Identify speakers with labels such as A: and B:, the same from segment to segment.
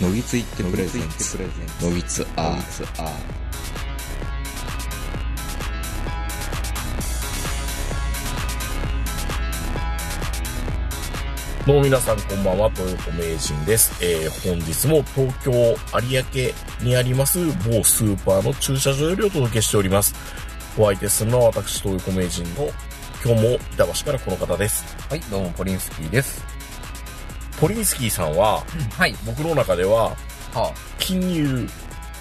A: のぎついってプレゼンツのぎつアーツアー
B: どうも皆さんこんばんは、トヨト名人です。えー、本日も東京有明にあります某スーパーの駐車場よりお届けしております。お相手するのは私、東横名人の今日も板橋からこの方です。
C: はい、どうも、ポリンスキーです。
B: ポリンスキーさんは、
C: はい、
B: 僕の中では、
C: は
B: 金融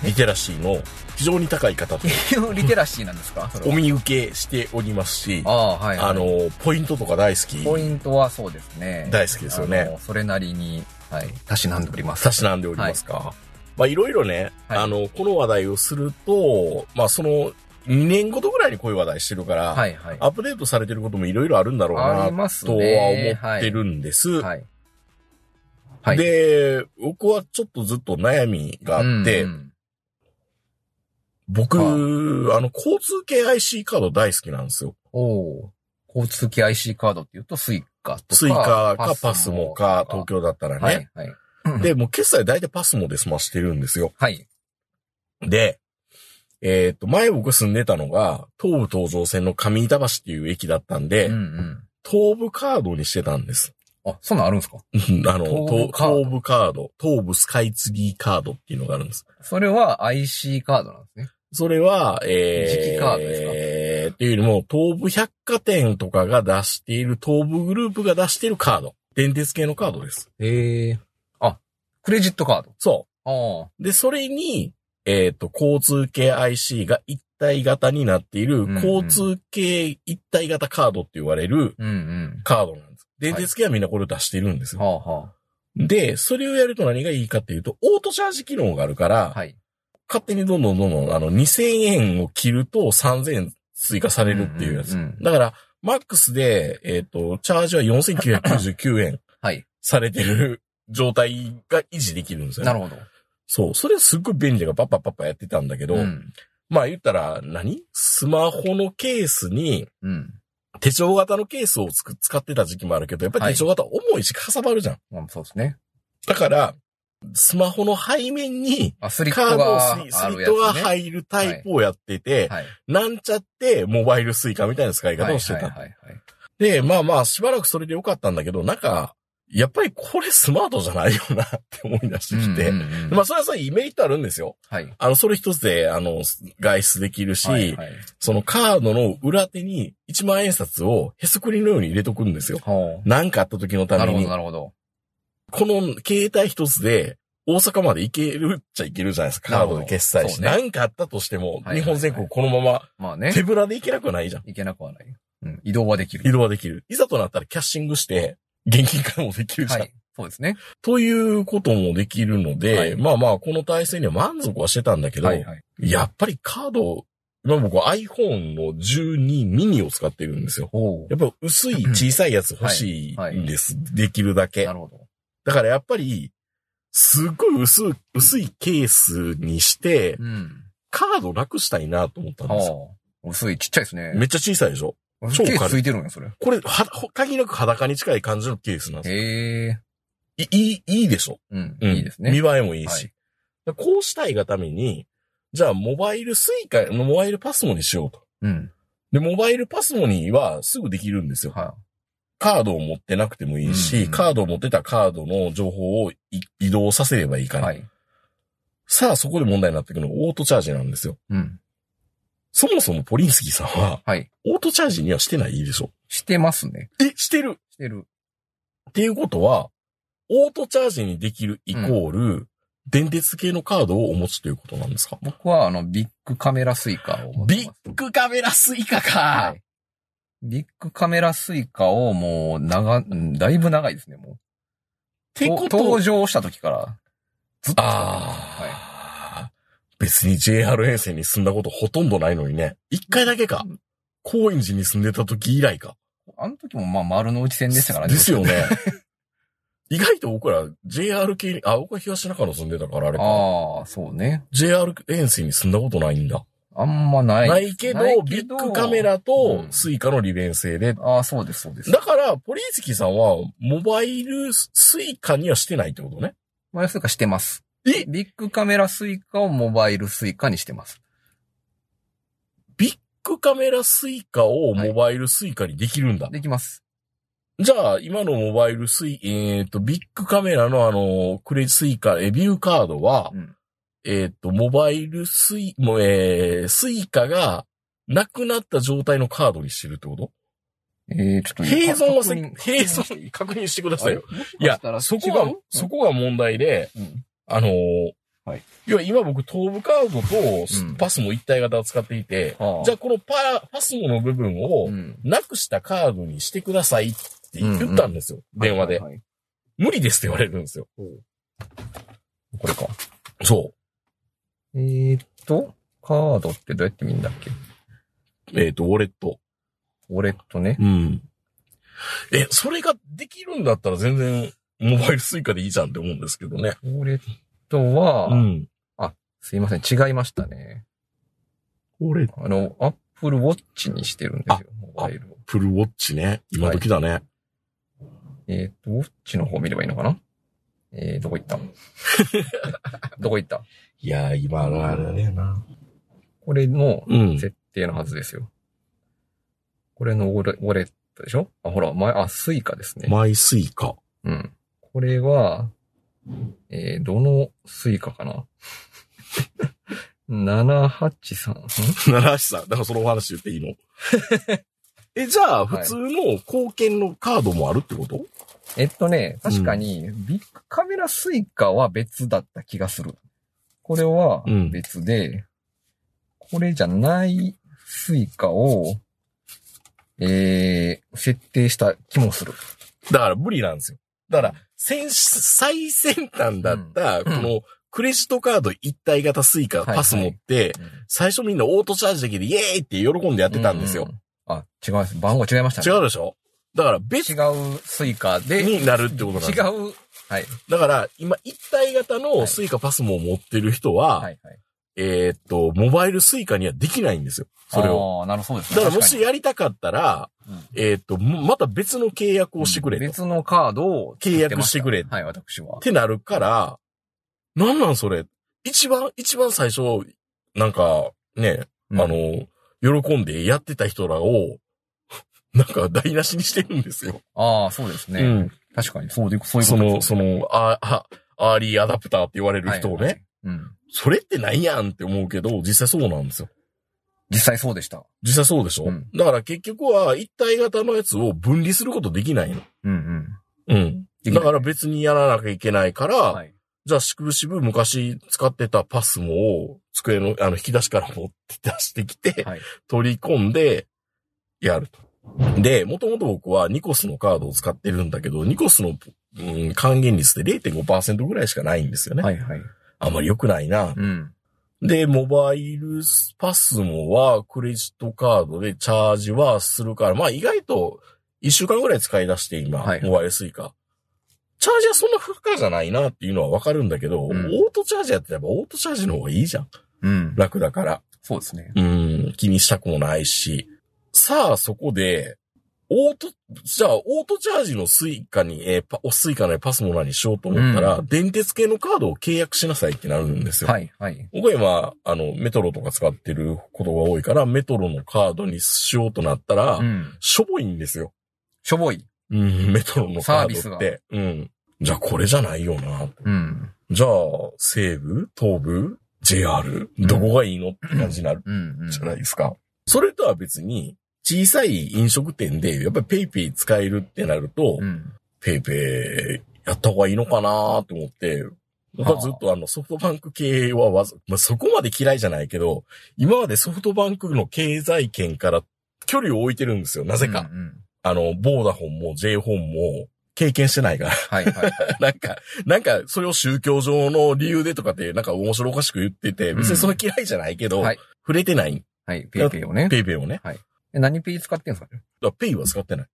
B: リテラシーの非常に高い方と
C: あ、リテラシーなんです かそれ
B: お
C: は。
B: 見受けしておりますし、
C: ああ、はい、はい。
B: あ、の、ポイントとか大好き、
C: ポイントはそうですね。
B: 大好きですよね
C: あのそれなりに、はい、たしなんでおります。
B: たしなんでおりますか。まあ、いろいろね、
C: はい
B: あの、この話題をすると、まあ、その、2年ごとぐらいにこういう話題してるから、
C: はい、はい。
B: アップデートされてることもいろいろあるんだろう
C: あり
B: な、
C: ます
B: とは
C: ね。
B: 思ってるんです。
C: はい。はい。はい、
B: で、僕はちょっとずっと悩みがあって、
C: うんうん
B: 僕、
C: は
B: あの、交通系 IC カード大好きなんですよ。
C: おお交通系 IC カードっていうと、スイカとか。
B: スイカかパスモか、東
C: 京
B: 京だったらね。
C: はい、はい。
B: で、もう決済大体パスモで済ましてるんですよ。
C: はい。
B: で、えーっと、前僕住んでたのが、東武東上線の上板橋っていう駅だったんで、
C: うんうん。
B: 東武カードにしてたんです。
C: あ、そんなんあるんですか
B: うんあの、
C: 東
B: 東
C: 武カード
B: 東武カード、東武スカイツリーカードっていうのがあるんです。
C: それは IC カードなんですね。
B: それは、え
C: 磁
B: ー、
C: 気カードですか
B: えーっていうよりも、東武百貨店とかが出している、東武グループが出しているカード。電鉄系のカードです。
C: ええあ、クレジットカード。
B: そ
C: ああ。
B: う。で、それに、えーっと、交通系 IC が一体型になっている、
C: うんうん
B: 交通系一体型カードって言われる、
C: うんうん。
B: カードなんです。電鉄系はみんなこれを出してるんですよ。
C: はあは
B: で、それをやると何がいいかっていうと、オートチャージ機能があるから、
C: あ。はい。
B: 勝手にどんどんどんどん、あの、2000円を切ると3000円追加されるっていうやつ。
C: んんん
B: だから、マックスで、えっ、と、チャージは4999円
C: はい。
B: され てる状態が維持できるんですよ、
C: な
B: る
C: るほど。
B: そう。それすっごい便利だからパッパッパッパやってたんだけど、
C: うん。
B: まあ言ったら何、スマホのケースに、
C: うん。
B: 手帳型のケースをつく使ってた時期もあるけど、やっぱり手帳型重いしかさばるじゃん。
C: まあ、そうですね。
B: だから、スマホの背面に、
C: あ、スリッ
B: カー
C: ト
B: ドを
C: があ
B: ス
C: るや
B: リ
C: つ、ね。
B: スリットが入るタイプをやってて、
C: はい。
B: なんちゃってモバイルスイカみたいな使い方をして
C: は
B: た。
C: いはいはいはい。
B: で、まあまあ、しばらくそれでよかったんだけど、なんか、やっぱりこれスマートじゃないよなって思い出してきて。
C: うんうんうん
B: まあ、それはそれイメリットあるんですよ。
C: はい。
B: あの、それ一つで、あの、外出できるし、
C: はいはい。
B: そのカードの裏手に1万円札をへそくりのように入れとくんですよ。
C: ほ
B: なんかあった時の
C: う。
B: た
C: なる
B: め
C: ほ
B: に
C: ど、。なるほど。
B: この携帯一つで、大阪まで行けるっちゃ行けるじゃないですか。
C: な
B: カ
C: る
B: ー
C: ほ
B: ド
C: ど
B: で決済して。
C: そうね
B: なんかあったとしても、
C: はいはいはい
B: 日本全国このまま
C: まあね
B: 手。ぶらで行けなくはないじゃん。
C: いけなくはない。うん。移動はできる。
B: 移動はできる。いざとなったらキャッシングして、現金化もできるじゃ
C: は
B: ん。
C: い。そうですね。
B: ということもできるので、
C: はい
B: まあまあ、この体制には満足はしてたんだけど、
C: はいはい。
B: やっぱりカード、今僕は iPhone の12ミニを使ってるんですよ。
C: ほ
B: やっぱ薄い小さいやつ欲しいんです。できるだ
C: う。
B: け
C: な。るほど。
B: だからやっぱり、すっごい薄い、薄いケースにして、
C: うん。
B: カードなくしたいなと思ったんですよ。
C: はあ。薄い、ちっちゃいですね。
B: めっちゃ小さいでしょ超
C: ケ
B: 軽い
C: ースついてるんや、それ。
B: これ、は、限りなく裸に近い感じのケースなんですよ。
C: へえ。
B: いいい、いいでしょ、
C: うん。
B: うん
C: いいですね。
B: 見栄えもいいし。
C: は
B: こうしたいがために、じゃあ、モバイルスイカ、モバイルパスモにしようと。
C: うん。
B: で、モバイルパスモにはすぐできるんですよ。
C: は
B: カードを持ってなくてもいいし、
C: うんうん
B: カードを持ってたカードの情報をい移動させればいいか
C: い。
B: ら。
C: はい。
B: さあ、そこで問題になってくるのがオートチャージなんですよ。
C: うん。
B: そもそもポリンスキーさんは、
C: はい。
B: オートチャージにはしてないでしょ
C: してますね。
B: え、してる
C: してる。
B: っていうことは、オートチャージにできるイコール、電鉄系のカードをお持ちということなんですか
C: 僕は、あの、ビッグカメラスイカを持って
B: ビ
C: ます。
B: ッグカメラスイカか、
C: はい。ビッグカメラスイカをもう、長、うんだいぶ長いですね、もう。
B: ってこと
C: 登場した時から、ずっと使ってます。はい。
B: ああ、別に JR 沿線に住んだことほとんどないのにね。一回だけか。高円寺に住んでた時以来か。
C: あの時もまあ丸の内線でしたからね。
B: で すよね。意外と僕ら JR 系に、あ、僕は東中野住んでたからあれか。
C: ああ、そうね。
B: JR 沿線に住んだことないんだ。
C: あんまない。
B: ないけど、ビッグカメ。ラと
C: うん
B: スイカの利便性で。
C: ああ、そうです、そうです。
B: だから、ポリンスキーさんは、モバイルスイカにはしてないってことね。
C: マイルスイカしてます。
B: え
C: ビッグカメラスイカをモバイルスイカにしてます。
B: ビッグカメラスイカをモバイルスイカにできるんだ。
C: できます。
B: じゃあ、今のモバイルスイ、えっ、と、ビッグカメラのあの、クレジスイカ、え、ビューカードは、
C: うん
B: えっ、と、モバイルスイ、もうえースイカが、なくなった状態のカードにしてるってこと
C: えー、ちょっと
B: 併存はせ、
C: 確
B: 併
C: 認
B: 存、確認してくださいよ。い
C: もしか
B: や
C: したら、
B: そこが
C: 違う、
B: そこが問題で、
C: うん
B: あのー
C: はい
B: 要は今僕、東部カード
C: うん
B: とパスも一体型を使っていて、
C: はあ
B: じゃあこのパ、パスモの部分を
C: う、ん
B: なくしたカードにしてくださいって言ったんですよ。電話で、
C: はいはいはい
B: 無理ですって言われるんですよ。これか。そ
C: えーっと、カードってどうやって見るんだっけ
B: う。えっ、と、ウォレット。
C: ウォレットね。
B: うん。え、それができるんだったら全然、モバイルスイカでいいじゃんって思うんですけどね。
C: ウォレットは、
B: ん。
C: すいません、違いましたね。
B: ウォレット。
C: あの、アップルウォッチにしてるんですよ、モバイルを。
B: プルウォッチね。今時だね。
C: えーっと、ウォッチの方見ればいいのかなえー、どこ 行ったどこ行った
B: い、やー、今のあれだよな。
C: これの
B: うん。
C: 設定のはずですよ。これのウォレウォレットでしょあ、ほら、前、あ、スイカですね。
B: マイスイカ。
C: うん。これは、えー、どのスイカかな ?783? ん
B: 奈良市さん。だからそのお話言ってい いのえ、じゃあ、普通の貢献のカードもあるってこと、
C: えっとね、確かに、ビッグカメラスイカは別だった気がする。これは
B: うん
C: 別で、これじゃないスイカを、えー、設定した気もする。
B: だから無理なんですよ。だから、先、最先端だった、この、クレジットカード一体型スイカ、
C: はいはい
B: パス持って、最初みんなオートチャージできて、イエーイって喜んでやってたんですよ。
C: ううう。あ、違います。番号違いましたね。
B: 違うでしょだから、別
C: 違うスイカで、違う。
B: になるってことなんですよ
C: はい。
B: だから、今、一体型
C: は
B: の
C: い
B: スイカパスモを持ってる人は、
C: はい。はい。
B: えーっと、モバイルスイカにはできないんですよ。それを。
C: を。なるほどです
B: だ
C: ね。
B: からも
C: 確
B: し
C: に
B: やりたかったら、
C: うん
B: えーっと、もまた別の契約をしてくれと。っ
C: 別のカードを作ってまた
B: 契約してくれ
C: はい、私は。
B: てなるから、なんなんそれ。一番、一番最初、なんか、ね、あ
C: うん、
B: の、喜んでやってた人らを、 なんか台無しにしてるんですよ。
C: ああ、そうですね。
B: うん。
C: 確かに、そうで、そういうこと
B: その、
C: で
B: そ
C: すね
B: の、あ、あ、アーリーアダプターって言われる人をね、
C: はいはいうん。
B: それってないやんって思うけど、実際そうなんですよ。
C: 実際そうでした。
B: 実際そうでしょ、
C: うん
B: だから結局は一体型のやつを分離することできないの。
C: うんうん。
B: うん。
C: できない
B: だから別にやらなきゃいけないから、
C: はい。
B: じゃあしくしぶ昔使ってたパスモを机のあの引き出しから持って出してきて、
C: はい
B: 取り込んでやると。で、もともと僕はニコスのカードを使ってるんだけど、ニコスの、うん、還元率って0.5%ぐらいしかないんですよね。
C: はいはい。
B: あんまり良くないな。
C: うん。
B: で、モバイルパスモはクレジットカードでチャージはするから、まあ意外と1週間ぐらい使い出して今、
C: はい
B: モバイルスイカ。チャージはそんな負荷じゃないなっていうのはわかるんだけ
C: う
B: ど、
C: ん
B: オートチャージやってればオートチャージの方がいいじゃん。
C: うん。
B: 楽だから。
C: そうですね。
B: うん、気にしたくもないし。さあそこで、オート、じゃあ、オートチャージのスイカに、えーパ、おスイカのパスモなにしようと思ったら、
C: う
B: 電鉄系のカードを契約しなさいってなるんですよ。
C: はいはい。
B: 僕は今、あの、メトロとか使ってることが多いから、メトロのカードにしようとなったら、
C: うん。
B: しょぼいんですよ。
C: しょぼい。
B: うん、メトロのカ
C: サービス
B: ードっ
C: が
B: て。うん。じゃあこれじゃないよな。
C: うん。
B: じゃあ、西部、東部、JR、どこがいいのって感じになる
C: うん、うん。
B: じゃないですか。それとは別に、小さい飲食店で、やっぱりペイペイ使えるってなると、
C: うん。
B: ペイペイやった方がいいのかなと思って、僕はずっとあのソフトバンク系はわざ、まあ、そこまで嫌いじゃないけど、今までソフトバンクの経済圏から距離を置いてるんですよ。なぜか。
C: うんうん。
B: あの、ボーダフォンも J ホンも経験してないから。
C: はいはい。
B: なんか、なんか、それを宗教上の理由でとかって、なんか面白おかしく言ってて、別にそれ嫌いじゃないけど、
C: はい
B: 触れてない。
C: はい。ペイペイをね。
B: ペイペイをね。
C: え何ペイ使ってんすか
B: だからペイは使ってない。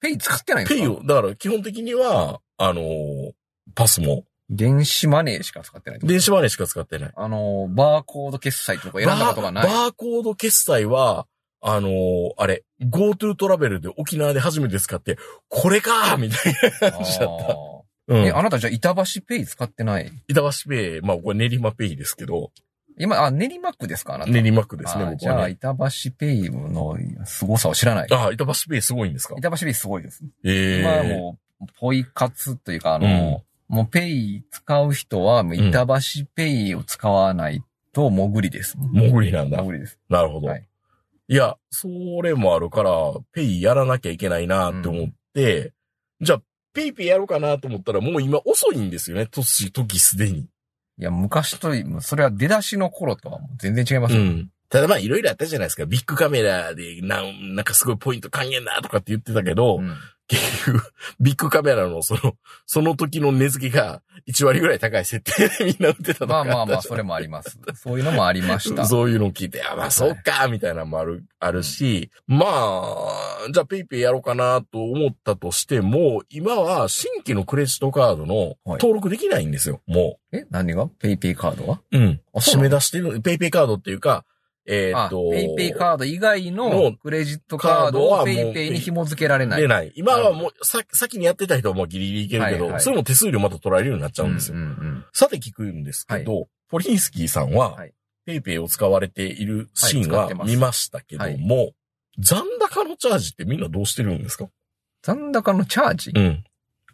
C: ペイ使ってないんですか
B: ペイを、だから基本的には、あのーパスも、
C: 電子マネーしか使ってない。
B: 電子マネーしか使ってない。
C: あの、バーコード決済とか選んだことがない
B: バ。ーバーコード決済は、あのーあれ、GoTo トラベルで沖縄で初めて使って、これかーみたいな感じだった。
C: あ
B: うん。
C: え、あなたじゃあ板橋ペイ使ってない
B: 板橋ペイ、まあ、これ練馬ペイですけど、
C: 今、あ、練馬区ですかあなた。
B: 練馬区ですね、
C: あー
B: 僕
C: じゃ
B: は
C: あ、
B: ね。
C: 板橋ペイの凄さを知らない。
B: ああ、板橋ペイすごいんですか
C: 板橋ペイすごいです。
B: え
C: まあ
B: え
C: もう、ポイ活というか、あの、もうペイ使う人は、もう板橋ペイを使わないと、もぐりです。
B: もぐりなんだ
C: も。ぐりです。
B: なるほど。
C: はい
B: い、や、それもあるから、ペイやらなきゃいけないなって思って、じゃあ、ペイペイやろうかなと思ったら、もう今遅いんですよね、年、時すでに。
C: いや、昔と、それは出だしの頃とはもう全然違いますよ。
B: ん。ただまあ、いろいろあったじゃないですか。ビッグカメラで、なん、なんかすごいポイント還元だとかって言ってたけど、
C: うん
B: 結局、 ビッグカメラのその、その時の値付けが1割ぐらい高い設定 でみんな売ってたとか
C: ま
B: あ
C: あ
B: ったじゃん
C: まあまあ、それもあります。そういうのもありました。
B: そういうのを聞いて、あ、まあそうか、みたいなのもある、あるし、まあ、じゃあペイペイやろうかなと思ったとしても、今は新規のクレジットカードの
C: はい
B: 登録できないんですよ、も
C: え、何がペイペイカードは
B: う。うん。
C: あそうな
B: 締
C: の
B: め出してる、ペイペイカードっていうか、えーっ
C: あ、
B: と、
C: ペイペイカード以外の
B: の
C: クレジットカード
B: カードは
C: を
B: もう
C: ペイペイに紐付けられない。
B: でない。今はもう、さ、先にやってた人はもうギリギリいけるけど、
C: はいはい
B: それも手数料また取られるようになっちゃうんですよ。
C: うんうん
B: さて聞くんですけど、ポリンスキーさんは
C: はい、
B: ペイペイを使われているシ
C: はい
B: ーン
C: 使っ
B: は
C: てます
B: 見ましたけども、残高のチャージってみんなどうしてるんですか
C: 残高のチャージ、
B: うん。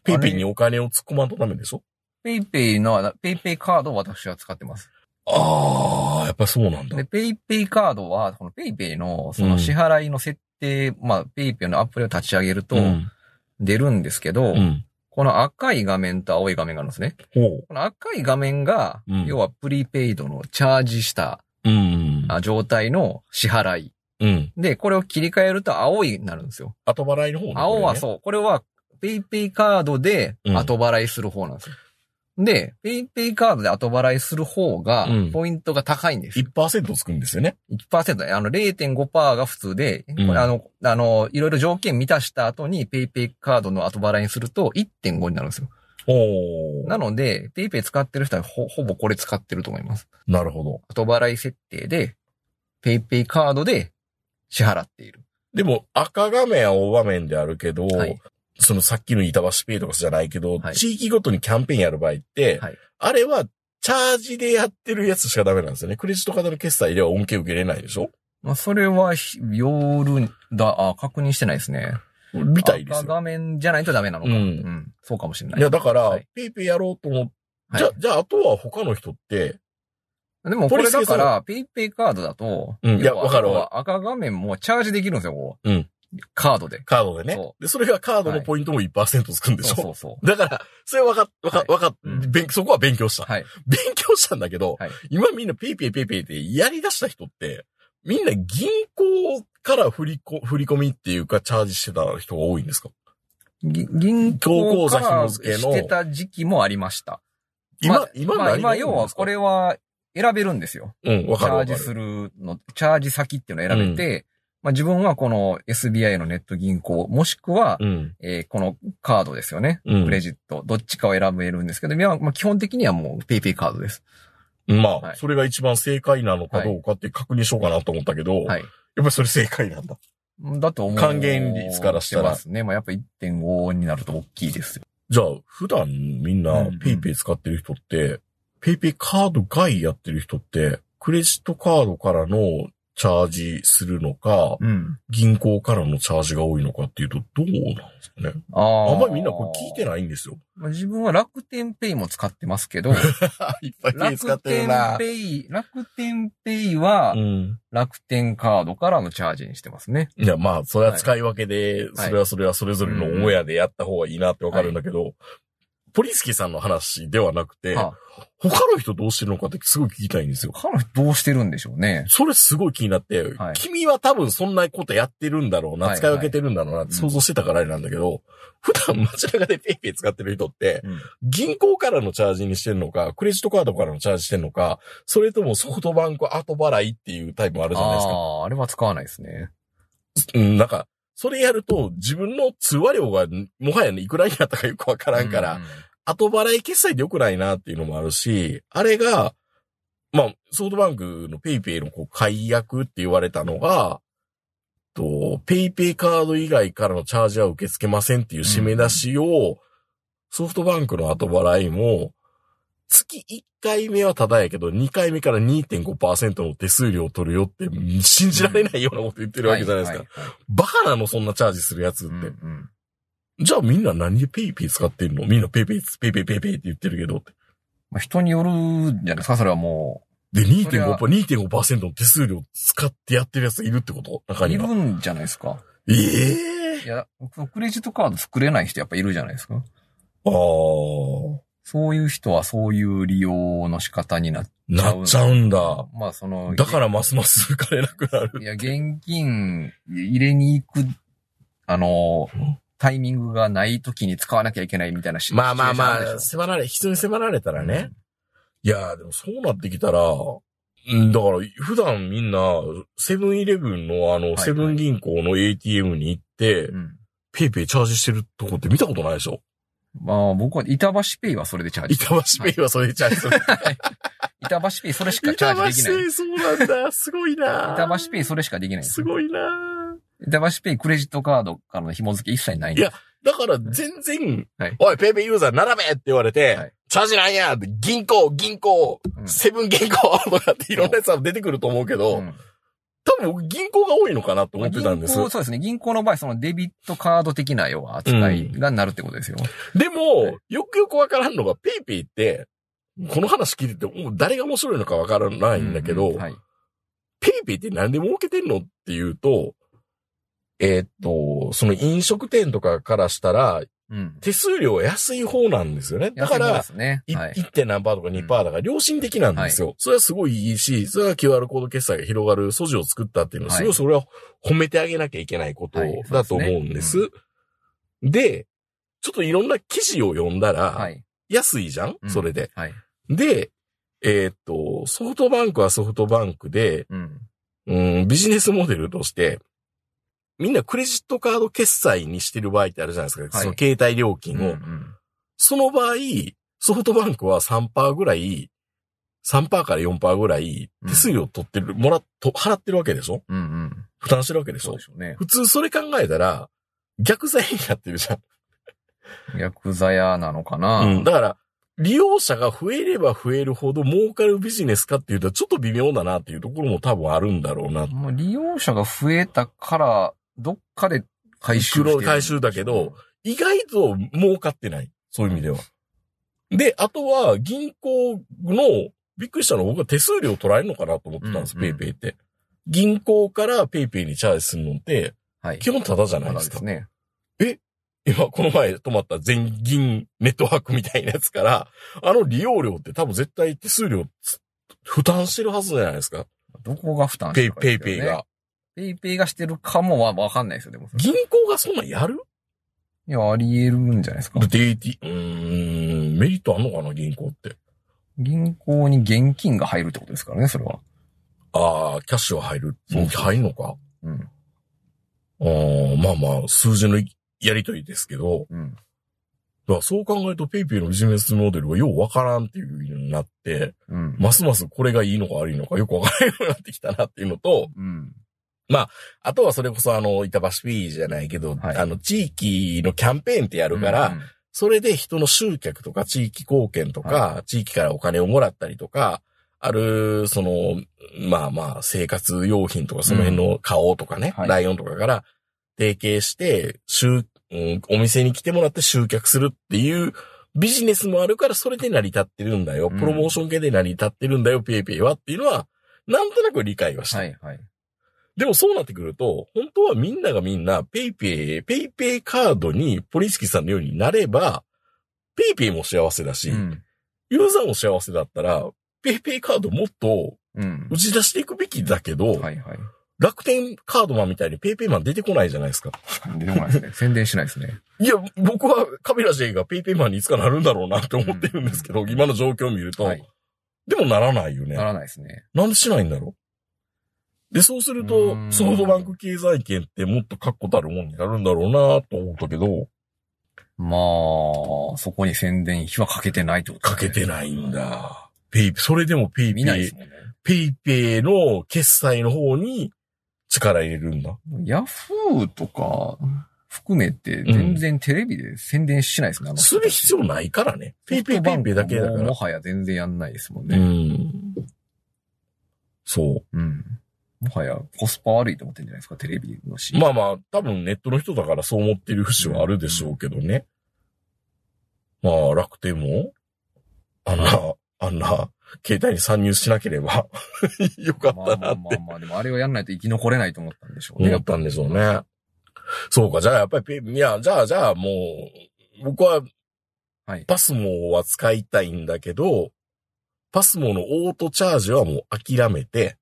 B: ペイペイにお金を突っ込まんとダメでしょ
C: ペイペイの、ペイペイカードを私は使ってます。
B: ああ、やっぱそうなんだ。
C: で、ペイペイカードは、このペイペイの、その支払いの設定、まあ、ペイペイのアプリを立ち上げると
B: うん。
C: 出るんですけど、
B: うん。
C: この赤い画面と青い画面があるんですね。
B: ほう。
C: この赤い画面が、
B: うん
C: 要はプリペイドのチャージした
B: うん。
C: あ状態の支払い。
B: うん。
C: で、これを切り替えると青いになるんですよ。
B: 後払いの方ね
C: 青は
B: こ
C: そう。これは、ペイペイカードで
B: うん
C: 後払いする方なんですよ。で、ペイペイカードで後払いする方が
B: う、ん
C: ポイントが高いんです
B: れね。1%つくんですよね。
C: 1%ね、あの0.5%が普通で、こ
B: ん
C: れあの、あの、いろいろ条件満たした後に PayPay カードの後払いにすると1.5になるんですよ。
B: ほう。
C: なので、PayPay 使ってる人はほほぼこれ使ってると思います。
B: なるほど。
C: 後払い設定で、PayPay カードで支払っている。
B: でも、赤画面、青画面であるけど、
C: はい
B: そのさっきの板橋ペイとかじゃないけど、
C: はい
B: 地域ごとにキャンペーンやる場合って、
C: はい
B: あれはチャージでやってるやつしかダメなんですよね。クレジットカードの決済では恩恵受けれないでしょ
C: まあ、それはひ、夜だ、あ、確認してないですね。
B: みたいです
C: 赤
B: よ。
C: 画面じゃないとダメなのか。
B: う
C: うんん。そうかもしれないい。
B: や、だから、
C: はい
B: ペイペイやろうと思って、
C: はい
B: じゃあ、じゃあ、あとは他の人って、
C: でもこれだ
B: ポリ
C: か
B: スケさ
C: ら、ペイペイカードだと、
B: うんいや
C: 要は
B: わかるわ
C: 要は赤画面もチャージできるんですよ、こう。
B: うん
C: カードで。
B: カードでね
C: そ。
B: で、それがカードのポイントも1%つくんでしょ、
C: そうそうそう。
B: だから、それは分かっ、分かっ、分かっ、
C: うん
B: 勉そこは勉強した。
C: はい。
B: 勉強したんだけど、
C: はい
B: 今みんなペイペイペイペイってやり出した人って、みんな銀行から振りこ、振り込みっていうかチャージしてた人が多いんですか
C: ぎ銀行か
B: 銀行口座紐
C: らし
B: 付けの
C: てた時期もありました。
B: 今、
C: まあ
B: 今
C: まあ、
B: 何が
C: 今
B: 多いんですか
C: 要はこれは選べるんですよ。
B: うん、わ
C: チ
B: かる
C: ャ
B: わ
C: ー
B: か
C: ジ
B: る。
C: するの、チャージ先っていうのを選べて、まあ自分はこの SBI のネット銀行、もしくは、
B: うん。
C: えーこのカードですよね。
B: うん。
C: クレジット、どっちかを選べるんですけど、今はまあ基本的にはもう PayPay カードです。
B: まあ、
C: はい
B: それが一番正解なのかどうかって確認しようかなと思ったけど、
C: はい。
B: やっぱりそれ正解なんだ。
C: だと思う。
B: 還元率からしたら
C: てますね。まあやっぱ1.5になると大きいですよ。
B: じゃあ、普段みん
C: う
B: なん
C: うん
B: ペイペイ使ってる人って、ペイペイカード外やってる人って、クレジットカードからのチャージするのか、
C: うん。
B: 銀行からのチャージが多いのかっていうと、どうなんですかね。
C: ああ
B: あんまりみんなこれ聞いてないんですよ。
C: まあ、自分は楽天ペイも使ってますけど、
B: いっぱ
C: 楽天ペイ、楽天ペイは
B: うん。
C: 楽天カードからのチャージにしてますね。
B: いや、まあ、それは使い分けで、
C: はい
B: それはそれはそれぞれのオンエアでやった方がいいなってわかるんだけど、ポリスキーさんの話ではなくて、
C: は
B: 他の人どうしてるのかってすごい聞きたいんですよ。
C: 彼女どうしてるんでしょうね。
B: それすごい気になって、
C: はい
B: 君は多分そんなことやってるんだろうな、
C: はい
B: 使い分けてるんだろうなって
C: うん
B: 想像してたからあれなんだけど、普段街中でペイペイ使ってる人って、銀行からのチャージにしてんのか、クレジットカードからのチャージしてんのか、それともソフトバンク後払いっていうタイプあるじゃないですか。
C: ああ、あれは使わないですね。
B: うん、なんか、それやると自分の通話料がもはやね、いくらになったかよくわからんから、
C: うん
B: 後払い決済で良くないなっていうのもあるし、あれが、まあ、ソフトバンクのペイペイのこう解約って言われたのが、と、ペイペイカード以外からのチャージは受け付けませんっていう締め出しを、ソフトバンクの後払いも、月1回目はただやけど、2回目から2.5%の手数料を取るよって、信じられないようなこと言ってるわけじゃないですか。
C: か。
B: バカなの、そんなチャージするやつって。
C: うんうん
B: じゃあみんな何でペイペイ使ってるのみんなペイペイ、ペイペイペイペイって言ってるけどって。
C: まあ、人によるんじゃないですか、それはも
B: で、
C: それ
B: 2.5%、
C: は
B: 2.5%の手数料使ってやってるやつがいるってこと中
C: う。
B: に
C: い
B: は。
C: るんじゃないですか。
B: ええ
C: いや、クレジットカード作れない人やっぱいるじゃないですか。
B: ああ。
C: そういう人はそういう利用の仕方になっちゃ
B: な
C: う。
B: っちゃうんだ。。
C: まあその、
B: だからますます浮かれなくなる。
C: いや、現金入れに行く、あの、タイミングがない時に使わなきゃいけないみたいなシ
B: まあまあ
C: シチュエーション
B: ま
C: る
B: あ、
C: でし
B: 迫られ、人に迫られたらね。いやー、でもそうなってきたら、うんだから、普段みんな、セブンイレブンのあの、
C: はい
B: セブン銀行の ATM に行っ
C: ょ
B: て、
C: うん
B: ペイペイチャージしてるとこって見たことないでしょ
C: まあ僕は板橋ペイはそれでチャージ。
B: 板橋ペイはそれでチャージする。
C: 板橋ペイそ れしかチャ
B: 板橋
C: ージできな
B: ペ
C: い。
B: イ、そうなんだ。すごいな
C: 板橋ペイそれしかできない。
B: すごいな
C: 板橋ペイクレジットカードからの紐付け一切ないんで
B: いやだから、全然、
C: はい
B: おい、ペイペイユーザー並べって言われて、
C: はい
B: チャージなんやって銀行、銀行、
C: うん
B: セブン銀行とかっていろんなやつは出てくると思うけど、
C: うん
B: 多分僕銀行が多いのかなと思ってたんです。
C: 銀行、そうですね。銀行の場合、そのデビットカード的な要は扱いがなるってことですよ。
B: で
C: は
B: も
C: い、
B: よくよくわからんのが、ペイペイって、この話聞いてて、もう誰が面白いのかわからないんだけど、
C: うはい。
B: ペイペイってなんで儲けてんのっていうと、えーっと、その飲食店とかからしたら、
C: うん。
B: 手数料は安い方なんですよね。だか
C: 安い方
B: ら
C: で、すね。
B: い
C: はい。
B: 1. 何パーとか2%パーだから良心的なんですよ。それはすごいいいし、それは QR コード決済が広がる素地を作ったっていうのは、
C: はい
B: すごいそれは褒めてあげなきゃいけないこと
C: はい
B: だと思うんです。で、ちょっといろんな記事を読んだら、
C: はい。
B: 安いじゃん、
C: うん
B: それで。
C: はい。
B: で、えーっと、ソフトバンクはソフトバンクで、
C: うん。
B: うん、ビジネスモデルとして、みんなクレジットカード決済にしてる場合ってあるじゃないですか。
C: はい
B: その携帯料金
C: う
B: を。
C: ん
B: その場合、ソフトバンクは3%ぐらい、3%から4%ぐらい、手数料取ってる、もらっと、払ってるわけでしょ
C: うん。うんうん。
B: 負担してるわけでし
C: そう
B: ょ
C: でしょうね。
B: 普通それ考えたら、逆罪になってるじゃん。
C: 薬剤屋なのかな。
B: うんだから、利用者が増えれば増えるほど儲かるビジネスかっていうと、ちょっと微妙だなっていうところも多分あるんだろうな。
C: もう利用者が増えたから、どっかで回収して
B: 黒
C: る
B: 回収だけど、意外と儲かってない。そういう意味では。で、あとは銀行の、びっくりしたのは僕は手数料取られるのかなと思ってたんです、
C: うんうん
B: ペイペイって。銀行からペイペイにチャージするのって、
C: はい。
B: 基本タダじゃない
C: まだ
B: です
C: で
B: か。
C: すね。
B: 今、この前泊まった全銀ネットワークみたいなやつから、あの利用料って多分絶対手数料つ負担してるはずじゃないですか。
C: どこが負担
B: ペ
C: して
B: イ
C: るかで
B: ペ
C: すよ
B: イ
C: ね
B: ペイが。。
C: ペイペイがしてるかもはわかんないですよ、でも。
B: 銀行がそんなんやる
C: いや、あり得るんじゃないですか
B: だ。って AT、うーん、メリットあんのかな、銀行って。
C: 銀行に現金が入るってことですからね、それは。
B: ああ、キャッシュは入る。
C: そう
B: 入るのか。
C: うん。
B: あーまあまあ、数字のやりとりですけど、
C: うん。
B: だからそう考えるとペイペイのビジネスモデルがようわからんっていう風になって、
C: うん。
B: ますますこれがいいのか悪いのかよくわからないようになってきたなっていうのと、
C: うん。
B: あとはそれこそあの、板橋ペイじゃないけど、
C: はい
B: あの、地域のキャンペーンってやるから、
C: うん、
B: それで人の集客とか地域貢献とか、
C: は
B: 地域からお金をもらったりとか、ある、その、まあまあ、生活用品とかその辺の顔とかね、
C: はい
B: ライオンとかから提携して、集うんお店に来てもらって集客するっていうビジネスもあるから、それで成り立ってるんだよ。
C: うん
B: プロモーション系で成り立ってるんだよ、ペイペイはっていうのは、なんとなく理解はした。
C: はい、はい。
B: でもそうなってくると、本当はみんながみんな、ペイペイ、ペイペイカードにポリスキーさんのようになれば、ペイペイも幸せだし、
C: うん。
B: ユーザーも幸せだったら、ペイペイカードもっと
C: うん
B: 打。ち出していくべきだけど、
C: はい、はい。
B: 楽天カードマンみたいにペイペイマン出てこないじゃないですか。
C: 出てこないですね。 宣伝しないですね。
B: いや、僕はカメラ J がペイペイマンにいつかなるんだろうなって思ってるんですけど、
C: うん
B: 今の状況を見ると、
C: はい
B: でもならないよね。
C: ならないですね。
B: なんでしないんだろうで、そうする
C: う
B: と、
C: ーん
B: ソフトバンク経済圏ってもっと確固たるもんになるんだろうなと思ったけど、
C: まあ、そこに宣伝費はかけてないってこと
B: か
C: ですね、
B: けてないんだ。ペイそれでもペイペ
C: 見ないで
B: イ
C: す、もんね。
B: ペイペイの決済の方に力入れるんだ。
C: ヤフーとか、含めて、全然テレビで宣伝しないですね。あの
B: する必要ないからね。ペイペイペイペイだけだ
C: ソフトバン
B: か
C: クもも
B: ら。
C: はや全然やんないですもん
B: う
C: ね。
B: ん。そ
C: うん。もはやコスパ悪いと思ってんじゃないですか、テレビのし。
B: う。まあまあ、多分ネットの人だからそう思ってる節はあるでしょうけどね。まあ、楽天も、あんな、あんな、携帯に参入しなければ よか
C: ま
B: っ
C: あま
B: たな
C: あ
B: っ
C: ま
B: て
C: あまあ、でもあれをやんないと生き残れないと思ったんでしょうね。
B: 思ったんでしょうね。そうか、じゃあやっぱりペイ、いや、じゃあ、じゃあもう、僕は
C: はい。
B: パスモは使いたいんだけど、パスモのオートチャージはもう諦めて、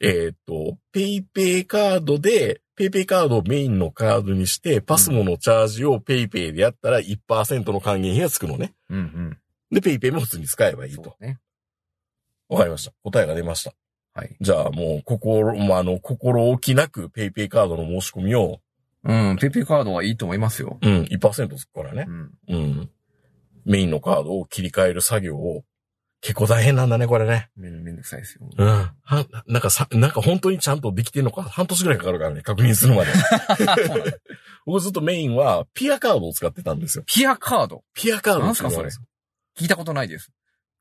B: えーっ、と、ペイペイカードで、ペイペイカードをメインのカードにして、パスモのチャージをペイペイでやったら1%の還元費がつくのね。
C: うんうん。
B: で、ペイペイも普通に使えばいい
C: そう
B: と。
C: ね。
B: わかりました。答えが出ました。
C: はい。
B: じゃあもう、心、まあ、あの、心置きなくペイペイカードの申し込みを、
C: うん、ペイペイカードはいいと思いますよ。
B: うん、1%つくからね
C: う。ん。
B: うん。メインのカードを切り替える作業を、結構大変なんだね、これね。
C: めんめんどくさいですよ。
B: うん。は、なんかさ、なんか本当にちゃんとできてんのか、半年ぐらいかかるからね、確認するまで。僕ずっとメインは、ピアカードを使ってたんですよ。
C: ピアカード
B: ピアカード
C: なん
B: を
C: す
B: 使っ
C: かそ
B: てたんで
C: れ
B: すよ。
C: 聞いたことないです。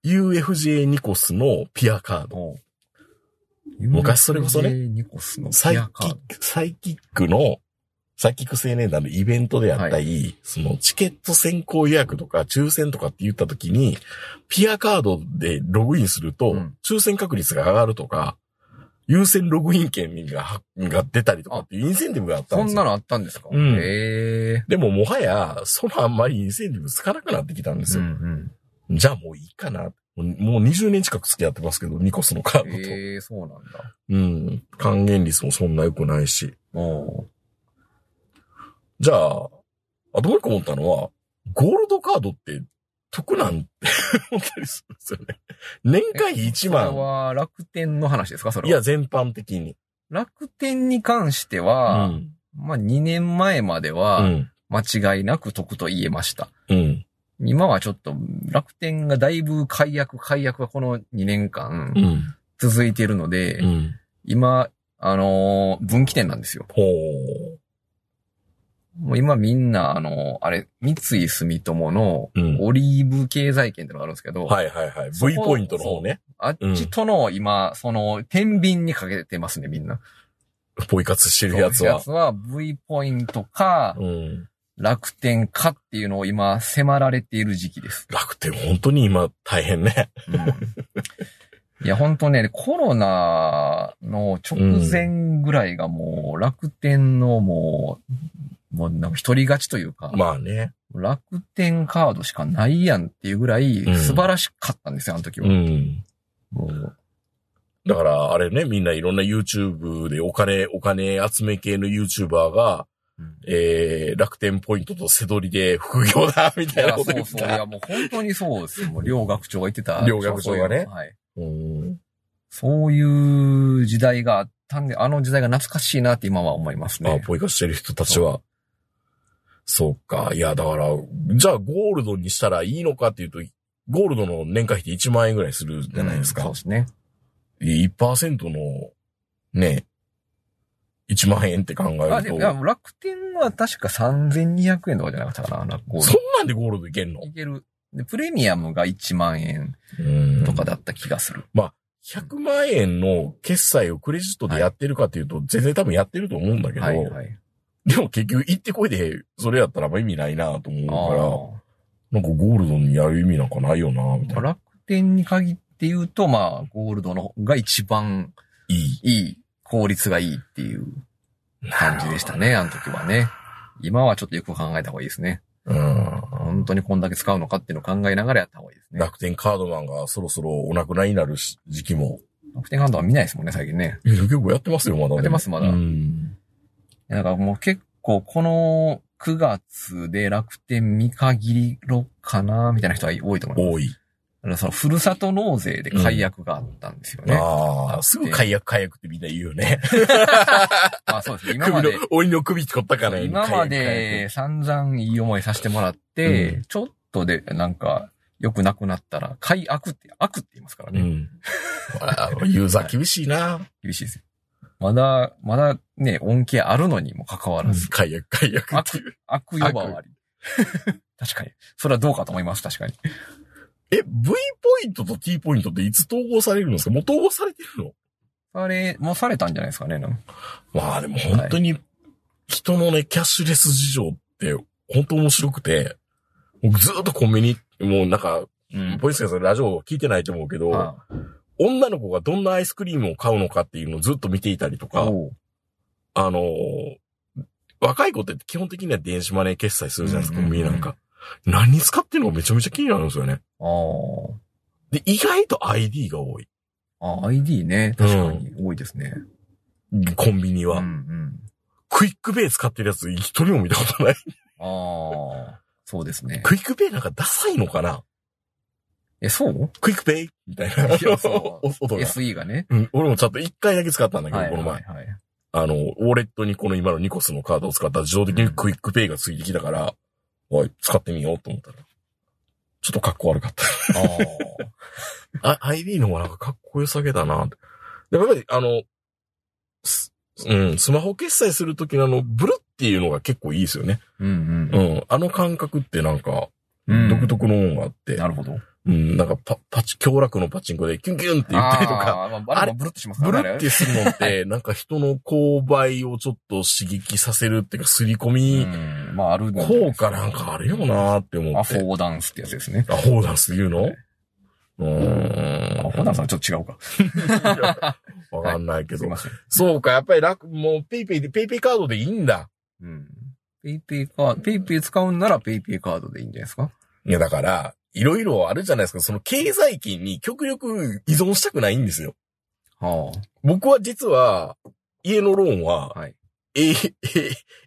B: UFJ ニコスのピアカード。
C: お
B: 昔それこそね
C: ニコスの
B: サイ
C: ピ
B: キ
C: アカー
B: ッ
C: ド。
B: ク、サイキックの、サイキック青年団のイベントであったり、そのチケット先行予約とか抽選とかって言った時に、ピアカードでログインすると、
C: うん
B: 抽選確率が上がるとか、優先ログイン券がが出たりとかっていうインセンティブがあったん
C: そ
B: ですよ。
C: んなのあったんですか
B: うん
C: へえ。
B: でももはや、そのあんまりインセンティブつかなくなってきたんです
C: う
B: よ。
C: ん
B: じゃあもういいかな。もうもう20年近く付き合ってますけど、ニコスのカー
C: うん。
B: ドと。
C: へえ、そうなんだ。
B: うん。還元率もそんな良くないし。
C: お
B: じゃあ、あともう一個思ったのは、ゴールドカードって得なんて思ったりするんですよ ね。年会費1
C: これ
B: 万。
C: は楽天の話ですかそれ
B: い
C: は。
B: や、全般的に。
C: 楽天に関して
B: う
C: は、
B: ん。
C: まあ2年前まで
B: う
C: は
B: ん。
C: 間違いなく得と言えました。
B: うん。
C: 今はちょっと楽天がだいぶ解約、解約がこの2年
B: う
C: 間
B: ん。
C: 続いているので、
B: うん。
C: 今、あのー分岐点なんですよ。
B: ほ
C: もう今みんな、あのーあれ、三井住友の
B: う。うん。
C: オリーブ経済圏ってのがあるんですけど、
B: はいはいはい。
C: そこ
B: V ポイントの方ね。
C: あっちとの今、その、天秤にかけてますね、みんな。
B: ポイ活してるやつ
C: や
B: は。
C: つは V ポイントか、
B: うん。
C: 楽天かっていうのを今迫られている時期です。
B: 楽天本当に今大変ね。
C: いや、本当ね、コロナの直前ぐらいがもう楽天のもう、もうなんか一人勝ちというか、
B: まあね。
C: 楽天カードしかないやんっていうぐらい
B: うん
C: 素晴らしかったんですよ、あの時は。
B: ん。
C: もう
B: だから、あれね、みんないろんな YouTube でお金、お金集め系の YouTuber が、
C: うん
B: えー、楽天ポイントと背取りで副業だ、み
C: い
B: たいな
C: や、
B: こ
C: そ
B: と言
C: う
B: っ
C: そう。いや、
B: た。
C: もう本当にそうですよ。もう両学長が言ってた。
B: 両学長がね
C: はい。
B: うん
C: そういう時代があったんで、あの時代が懐かしいなって今は思います
B: まあ、
C: ね。
B: ポイ活してる人たちは。そうか。いや、だから、じゃあゴールドにしたらいいのかっていうと、ゴールドの年会費って1万円ぐらいするじゃないですか。
C: うんそうですね。
B: 1%の、ね、1万円って考えると。
C: あ、でもいや、もう楽天は確か3200円とかじゃなかったかな、なんかゴー
B: そ
C: ル
B: んなんでゴールドいけんの
C: ド。いける。で、プレミアムが1万円
B: うん
C: とかだった気がする。
B: 100万円の決済をクレジットでやってるかっていうと、全然多分やってると思うんだけど、
C: はいはい。
B: でも結局行ってこいで、それやったらあんま意味ないなと思
C: あ
B: うから、なんかゴールドにやる意味なんかないよな、
C: ー
B: みたい
C: まあ
B: な。
C: 楽天に限って言うと、まあ、ゴールドの方が一番
B: いい
C: いい、効率がいいっていう感じでしたね、あの時はね。今はちょっとよく考えた方がいいですね。
B: うん。
C: 本当にこんだけ使うのかっていうのを考えながらやった方がいいですね。
B: 楽天カードマンがそろそろお亡くなりになるし時期も。
C: 楽天カードは見ないですもんね、最近ね。
B: え結構やってますよ、まだでも。
C: やってますまだ
B: うん。
C: なんかもう結構この9月で楽天見限りろかな、みたいな人は多いと思います。
B: 多い。
C: あのそのふるさと納税で解約があったんですよね。
B: ああ、すぐ解約解約ってみんな言うよね。
C: まあそうですね。今
B: 首
C: ま
B: の
C: で、、
B: 俺の首使ったから
C: 今まで散々いい思いさせてもらって、
B: うん
C: ちょっとでなんか良くなくなったら解 約って、悪って言いますから
B: う
C: ね。
B: ん。あーユーザー厳しいな。
C: 厳しいですよ。まだ、まだね、恩恵あるのにもかかわらず、
B: 解約、解約っていう。
C: 悪呼ばわり。 確かに。それはどうかと思います、確かに。
B: え、V ポイントと T ポイントっていつ統合されるんですかもう統合されてるの
C: あれ、もうされたんじゃないですかね。なんか
B: まあでも本当に、人のね、キャッシュレス事情って、本当面白くて、僕ずっとコンビニ、もうなんか、
C: うん。
B: ポインスケさんラジオ聞いてないと思うけど、
C: あ
B: 女の子がどんなアイスクリームを買うのかっていうのをずっと見ていたりとか、
C: おう
B: あのー若い子って基本的には電子マネー決済するじゃないですか、
C: うん
B: コ
C: うん
B: ン
C: うん
B: ビニなんか。何に使ってるのかめちゃめちゃ気になるんですよね。で、意外と ID が多い。
C: ああ。あ、ID ね。確かに多いですね。
B: コンビニ
C: うん、
B: は。
C: うん。
B: クイックペイ使ってるやつ一人も見たこと ない。
C: ああ。そうですね。
B: クイックペイなんかダサいのかな
C: え、そう
B: クイックペイみたいな。
C: いや そう
B: 音が。
C: ?SE がね。
B: うん、俺もちゃんと一回だけ使ったんだけど、
C: はい、
B: この
C: は
B: 前
C: い。。はい。
B: あの、ウォレットにこの今のニコスのカードを使ったら自動的にクイックペイがついてきたから、おい、使ってみようと思ったら。ちょっと格好悪かった。
C: ああ。
B: あ、ID の方がなんかかっこよさげだなって。でもやっぱり、あの、すうん、スマホ決済するときのあの、ブルっていうのが結構いいですよね。
C: うん
B: う、ん、あの感覚ってなんか、
C: うん。
B: 独特のもんがあって、
C: なるほど。
B: うん、なんかパ、パチ、強楽のパチンコでキュンキュンって言ったりとか、
C: あー、まあ、あれもブルッとします
B: ブ
C: ね
B: ル
C: あ
B: っ
C: れ
B: てするのって、なんか人の購買をちょっと刺激させるっていうか、刷り込み
C: うんまあ、あるんじゃいで
B: 効
C: すか
B: 果なんかあるよ。なーって思
C: ア
B: っ
C: フォ
B: て。
C: ーダンスってやつですね。
B: アフォーダンス言う
C: は
B: のう
C: いアフォ
B: ー
C: ー
B: ん。
C: ダンスはちょっと違うか。
B: わかんないけ
C: す
B: ど
C: い。ません。
B: そうか、やっぱり楽、もうペイペイで、ペイペイカードでいいんだ。
C: うん。ペイペイか、ペイペイ使うんならペイペイカードでいいんじゃないですか
B: いや、だから、いろいろあるじゃないですか。その経済圏に極力依存したくないんですよ。
C: は
B: 僕は実は、家のローンは、
C: あ。はい。
B: A、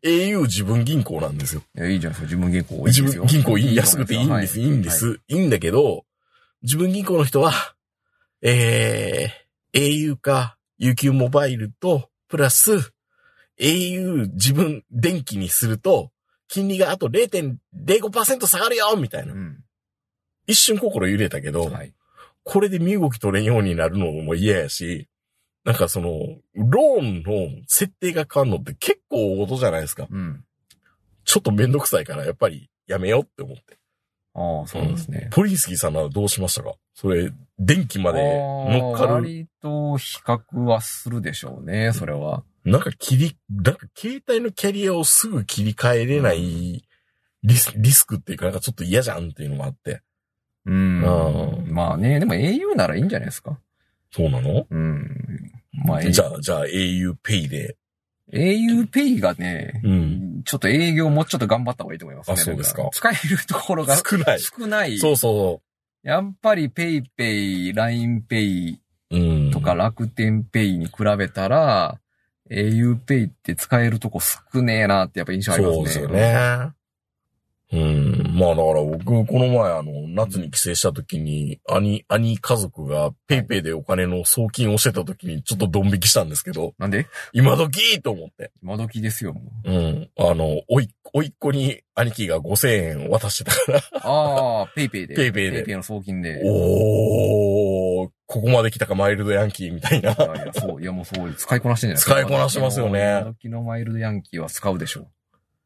B: A、au 自分銀行なんですよ。
C: いや、いいじゃないですか。自分銀行多いい
B: 自
C: ですよ。
B: 分銀行いい、
C: と
B: 安
C: 思
B: くていいんです、いいんで。
C: は
B: す、いいんだけど、自分銀行の人は、えー、au か、UQ モバイルと、プラス、au 自分電気にすると、金利があと0.05%下がるよみたい
C: い
B: な
C: う。ん。
B: 一瞬心揺れたけど、
C: はい。
B: これで身動き取れんようになるのも嫌やし、なんかその、ローンの設定が変わるのって結構大事じゃないですか。
C: うん。
B: ちょっとめんどくさいから、やっぱりやめようって思って。
C: ああ、そうですね。
B: ポリンスキーさんならどうしましたかそれ、電気まで乗っ
C: あー
B: かる。
C: 割と比較はするでしょうね、それは。
B: なんか切り、なんか携帯のキャリアをすぐ切り替えれないリスリスクっていうか、なんかちょっと嫌じゃんっていうのもあって。
C: うん
B: あ。
C: まあね、でも au ならいいんじゃないですか。
B: そうなの
C: うん。まあ、
B: じゃあ、じゃあ auPay で。
C: auPay がね、
B: うん。
C: ちょっと営業もうちょっと頑張った方がいいと思いますね。
B: あそうですか
C: なん使えるところが
B: 少ない。
C: 少ない。
B: そうそ
C: やっぱり PayPay、LINEPay
B: う。うん。
C: とか楽天 Pay に比べたら、auPay って使えるとこ少ねえなってやっぱ印象ありますね。
B: そうですよ。ね。うん。まあだから僕、この前あの、夏に帰省した時に、兄、兄家族がペイペイでお金の送金をしてた時にちょっとドン引きしたんですけど、
C: なんで
B: 今時と思って。
C: 今時ですよ、もう。
B: うん。あの、おい、おいっ子に兄貴が5000円渡してたから、
C: ああ、PayPay で。
B: PayPay で
C: PayPay の送金で。
B: おー、ここまで来たかマイルドヤンキーみたいな。
C: いやいや、そう、いやもうそう、使いこなしてんじゃないですか
B: 使いこなしてますよね
C: 今時のマイルドヤンキーは使うでしょ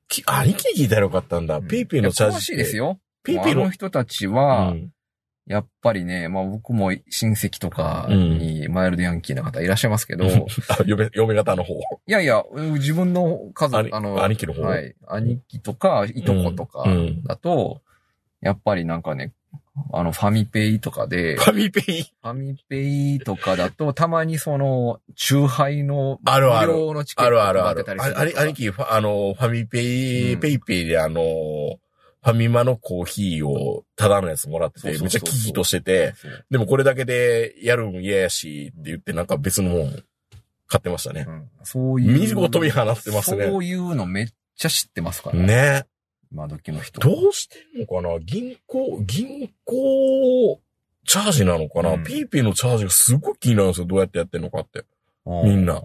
B: き 兄貴に聞いたらよかったんだ。
C: う。
B: ペイペイのチャージって。
C: 詳しいですよ。
B: ペイペ
C: も
B: イ
C: うあ
B: の
C: の。人たちは、
B: うん
C: やっぱりね、まあ僕も親戚とかにマイルドヤンキーな方いらっしゃいますけど、い
B: あ嫁、嫁方の方。
C: やいや、自分の家族、
B: 兄
C: あの、
B: 兄貴の方。
C: はい、兄貴とか、いとことか
B: うん
C: だと、やっぱりなんかね、あの、ファミペイとかで、
B: フ
C: フ
B: ァミペイ。
C: ァミペイとかだと、たまにその、中杯の、
B: あるある
C: 無料のチケッ
B: あ
C: ト
B: るある
C: が
B: あ
C: 当
B: る
C: てた。り
B: あ
C: する
B: あれ、兄貴、ファあの、ファミペイ、
C: うん
B: ペイペイであの、ファミマのコーヒーをただのやつもらって
C: そう
B: て、
C: そう
B: めっち
C: そ
B: ゃ
C: うそう
B: キキとしてて、
C: そう
B: でもこれだけでやるん嫌やし、って言ってなんか別のもん買ってましたね
C: う。んそういう。
B: 見事見放ってますね
C: そ。ういうのめっちゃ知ってますから。
B: ね
C: 今時の人。
B: どうしてんのかな銀行、銀行チャージなのかな、
C: うん
B: ペイペイのチャージがすごい気になるんですよ。どうやってやってんのかって。
C: う
B: みんな。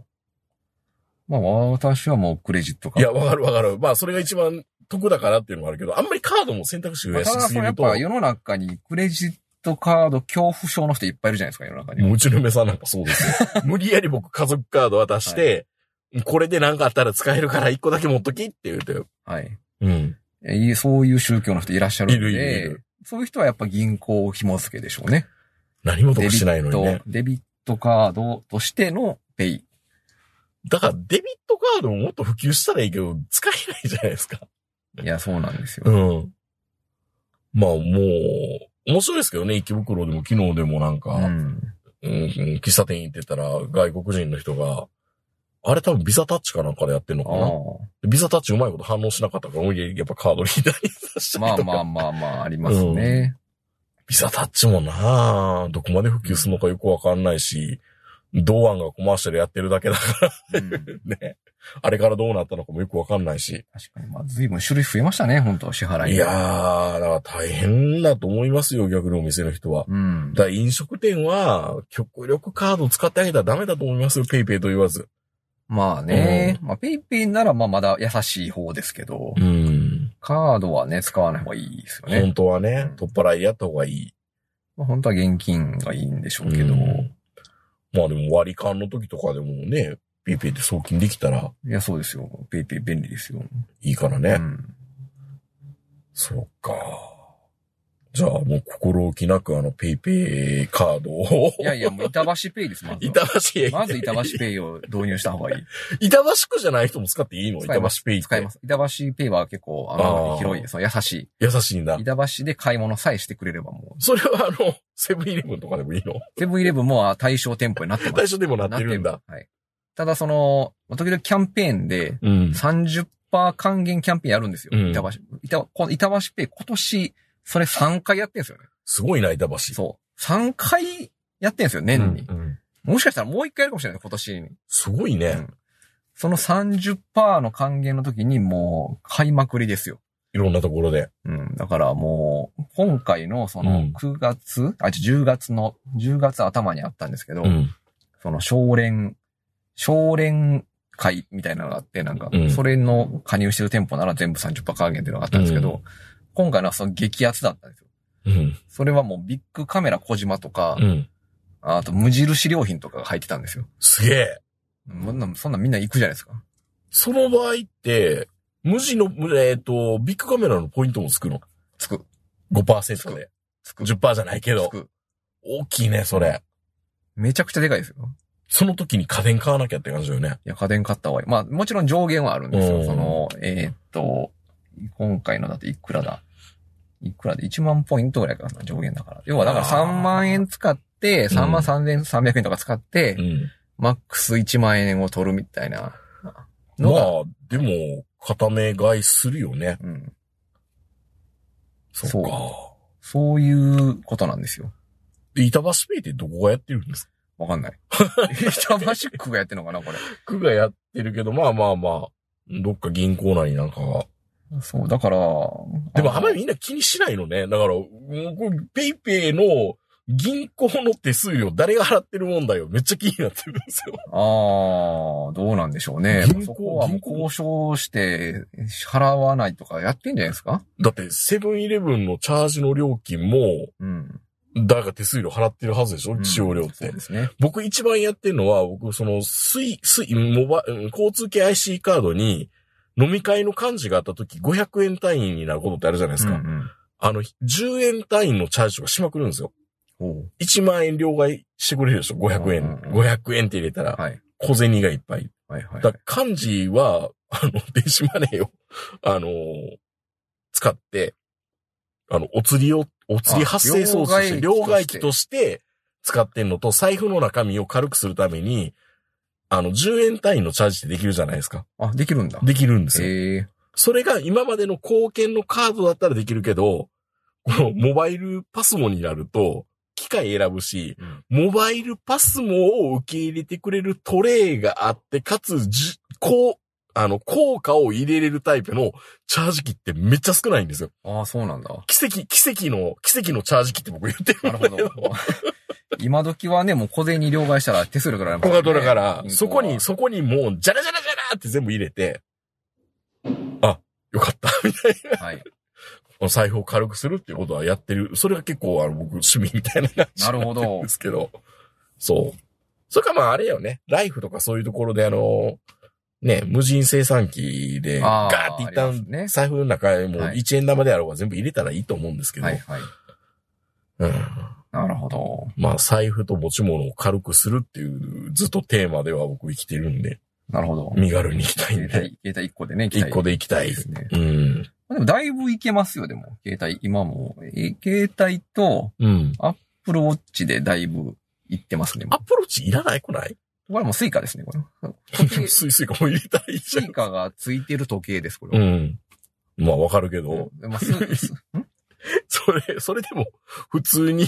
C: まあ私はもうクレジットか。
B: いや、わかるわかる。まあ、それが一番得だからっていうのもあるけど、あんまりカードも選択肢増
C: まあ
B: やした
C: だ
B: す
C: そ
B: ぎ
C: のやっ
B: ると。
C: ぱ世の中にクレジットカード恐怖症の人いっぱいいるじゃないですか、世の中に
B: もう
C: は。
B: うちの嫁さんなんかそうですよ。無理やり僕家族カード渡して、これで何かあったら使えるから一個だけ持っときって言うて。
C: はい。
B: うん。
C: えいそういう宗教の人いらっしゃるんで、
B: いるいるいる
C: そういう人はやっぱ銀行紐付けでしょうね。
B: 何も
C: デ
B: 得
C: ビ
B: しないの
C: ット
B: にね。、
C: デビットカードとしてのペイ。
B: だからデビットカードももっと普及したらいいけど、使えないじゃないですか。
C: いや、そうなんですよ。
B: うん。まあもう、面白いですけどね、池袋でも昨日でもなんか、
C: うん。
B: うんうん喫茶店行ってたら外国人の人が、あれ多分ビザタッチかなんかでやってんのか
C: あ
B: なビザタッチうまいこと反応しなかったから、俺やっぱカードリーダーにさし
C: あ。ま
B: たり
C: あ
B: とか。
C: まあまあまあ、ありますね。
B: ビザタッチもなあどこまで普及するのかよくわかんないし、同案がコマーシャルやってるだけだか
C: うん。確
B: らね。 あれからどうなったのかもよくわかんないし。
C: かに、まあ、随分種類増えましたね、本当支払いが。
B: いやー、だから大変だと思いますよ、逆にお店の人は。
C: うん。
B: だから飲食店は、極力カードを使ってあげたらダメだと思いますよ、ペイペイと言わず。
C: まあね、まあ、ペイペイならまあまだ優しい方ですけど、
B: うん。
C: カードはね、使わない方がいいですよね
B: 本。当はね
C: う、ん
B: 取っ払いやった方がいい。
C: まあ、本当は現金がいいんでしょうけど、
B: うんまあでも割り勘の時とかでもね、ペイペイで送金できたら
C: いや、そうですよ。ペイペイ便利ですよ。
B: いいからね。
C: うん。
B: そうか。じゃあもう心置きなくあのペイペイカードを。
C: いやいや、もう板橋ペイです、まずは。
B: 板橋へ行
C: ま
B: って
C: ず板橋ペイを導入した方がい い。
B: 板橋区じゃない人も使っていいの
C: 使
B: 板
C: い
B: 橋
C: ます
B: ペイって。
C: 使います。板橋ペイは結構、あ
B: あ
C: の、
B: ー
C: 広いです。優しい。
B: 優しいな。
C: 板橋で買い物さえしてくれればもう、
B: それはあの、セブンイレブンとかでもいいの
C: セブンイレブンもあ対象店舗になってま
B: 対
C: す。
B: 象でもなってるんだ。。
C: はい。ただその、時々キャンペーンで、
B: うん。
C: 30%還元キャンペーンやるんですよ。
B: うん
C: 板橋。板この板橋ペイ、今年、それ3回やってんですよね。
B: すごいな、板橋。
C: そう。3回やってんですよ、年に。
B: うんうん
C: もしかしたらもう1回やるかもしれない、今年に。
B: すごいうね。
C: んその30%の還元の時にもう買いまくりですよ。
B: いろんなところで。
C: うん。だからもう、今回のそ
B: うん
C: の9月、あ、ちょ10月の、10月頭にあったんですけど、
B: うん。
C: その少連、少連会みたいなのがあって、なんか
B: う、ん
C: それの加入してる店舗なら全部30%還元っていうのがあったんですけど、
B: うん
C: 今回のはその激アツだったんですよ。
B: うん。
C: それはもうビッグカメラ小島とか、
B: うん。
C: あと無印良品とかが入ってたんですよ。
B: すげえ。
C: そんな、そんなみんな行くじゃないですか。
B: その場合って、無地の、無えっ、と、ビッグカメラのポイントもつくの。
C: つく、
B: 5%で。
C: つく、
B: 10%じゃないけ
C: つ
B: ど。
C: く。
B: 大きいね、それ。
C: めちゃくちゃでかいですよ。
B: その時に家電買わなきゃって感じだよね。
C: いや、家電買った方がいい。まあ、もちろん上限はあるんです
B: う
C: よ。
B: ん
C: その、えーっと、今回のだっていくらだいくらで ?1 万ポイントぐらいかな、上限だから。要はだから
B: あー
C: 3万円使って、3万3300円とか使って、
B: ん。
C: マックス1万円を取るみたいな
B: ま
C: のが、
B: あ、でも、片目買いするよね。
C: うん。
B: そ
C: そうう
B: か。
C: そういうことなんですよ。
B: で、板橋ペイってどこがやってるんですか
C: わ かんない。板橋区がやってんのかな、これ。
B: 区がやってるけど、まあまあまあ、どっか銀行内なんかが。
C: そう、だから。
B: でもあまりみんな気にしないのね。だから、うんこれペイペイの銀行の手数料、誰が払ってる問題をめっちゃ気になってるんですよ。
C: ああ、どうなんでしょうね。
B: 銀行
C: そこはもう
B: 銀行
C: 交渉して、支払わないとかやってんじゃないですか
B: だって、セブンイレブンのチャージの料金も、
C: うん。
B: 誰か手数料払ってるはずでしょ使用料って
C: そうで。すね。
B: 僕一番やってるのは、僕その、スイ、スイ、モバ、うん交通系 IC カードに、飲み会の幹事があった時、500円単位になることってあるじゃないですか。
C: うんうん
B: あの、10円単位のチャージとかしまくるんですよ。
C: おう
B: 1万円両替してくれるでしょ ?500 円。
C: うんうんうん
B: 500円って入れたら、
C: はい。
B: 小銭がいっぱい。
C: はいはい。
B: だから幹事は、 あの、電子マネーを、あの使って、あの、お釣りを、お釣り発生装置として、
C: あ
B: 両
C: 両
B: 替
C: 替
B: 機
C: 機
B: と
C: と
B: して使ってんのと、財布の中身を軽くするために、あの、10円単位のチャージってできるじゃないですか。
C: あ、できるんだ。
B: できるんですよ。
C: ええ
B: それが今までの貢献のカードだったらできるけど、このモバイルパスモになると、機械選ぶし、
C: うん
B: モバイルパスモを受け入れてくれるトレイがあって、かつ、じ、こう、あの、効果を入れれるタイプのチャージ機ってめっちゃ少ないんですよ。
C: ああ、そうなんだ。
B: 奇跡、奇跡の、奇跡のチャージ機って僕言ってる
C: な
B: んだ
C: る
B: け
C: ほど。 今時はね、もう小銭両替したら手数料取られます
B: こ
C: ら
B: が
C: ね
B: どれから、
C: 銀行は
B: そこに、そこにもう、じゃらじゃらじゃらって全部入れて、あ、よかった、みたいな。
C: はい。
B: お財布を軽くするっていうことはやってる。それが結構、あの、僕、趣味みたいな感じ
C: なるほ
B: なん
C: ど
B: で。すけど。そう。それかまああれよね。ライフとかそういうところであの、ね、無人生産機で
C: あ
B: ガ
C: ー
B: ーって一
C: あり
B: 旦
C: ますね
B: 財布の中へもう
C: はい
B: 1円玉であろうが全部入れたらいいと思うんですけど。
C: はいはい。
B: うん、
C: なるほど。
B: まあ財布と持ち物を軽くするっていうずっとテーマでは僕生きてるんで、
C: なるほど。
B: 身軽に行きたい
C: 携
B: んで。
C: 帯、携帯1個でね、行きたい
B: 一個で行きたい
C: で。すね。
B: うん。
C: でもだいぶいけますよ、でも。携帯、今も。え携帯と、
B: うん。
C: プロウォッチでだいぶいってますね。も
B: ア
C: う
B: プローチいらない来ない
C: これはもうスイカですね、これ。これス
B: スイスイかも入れたらいいじゃん
C: イ。カがついてる時計です、これ
B: う
C: は。
B: ん。まあわかるけど。
C: うん。まあ、すすん
B: それ、それでも、普通に、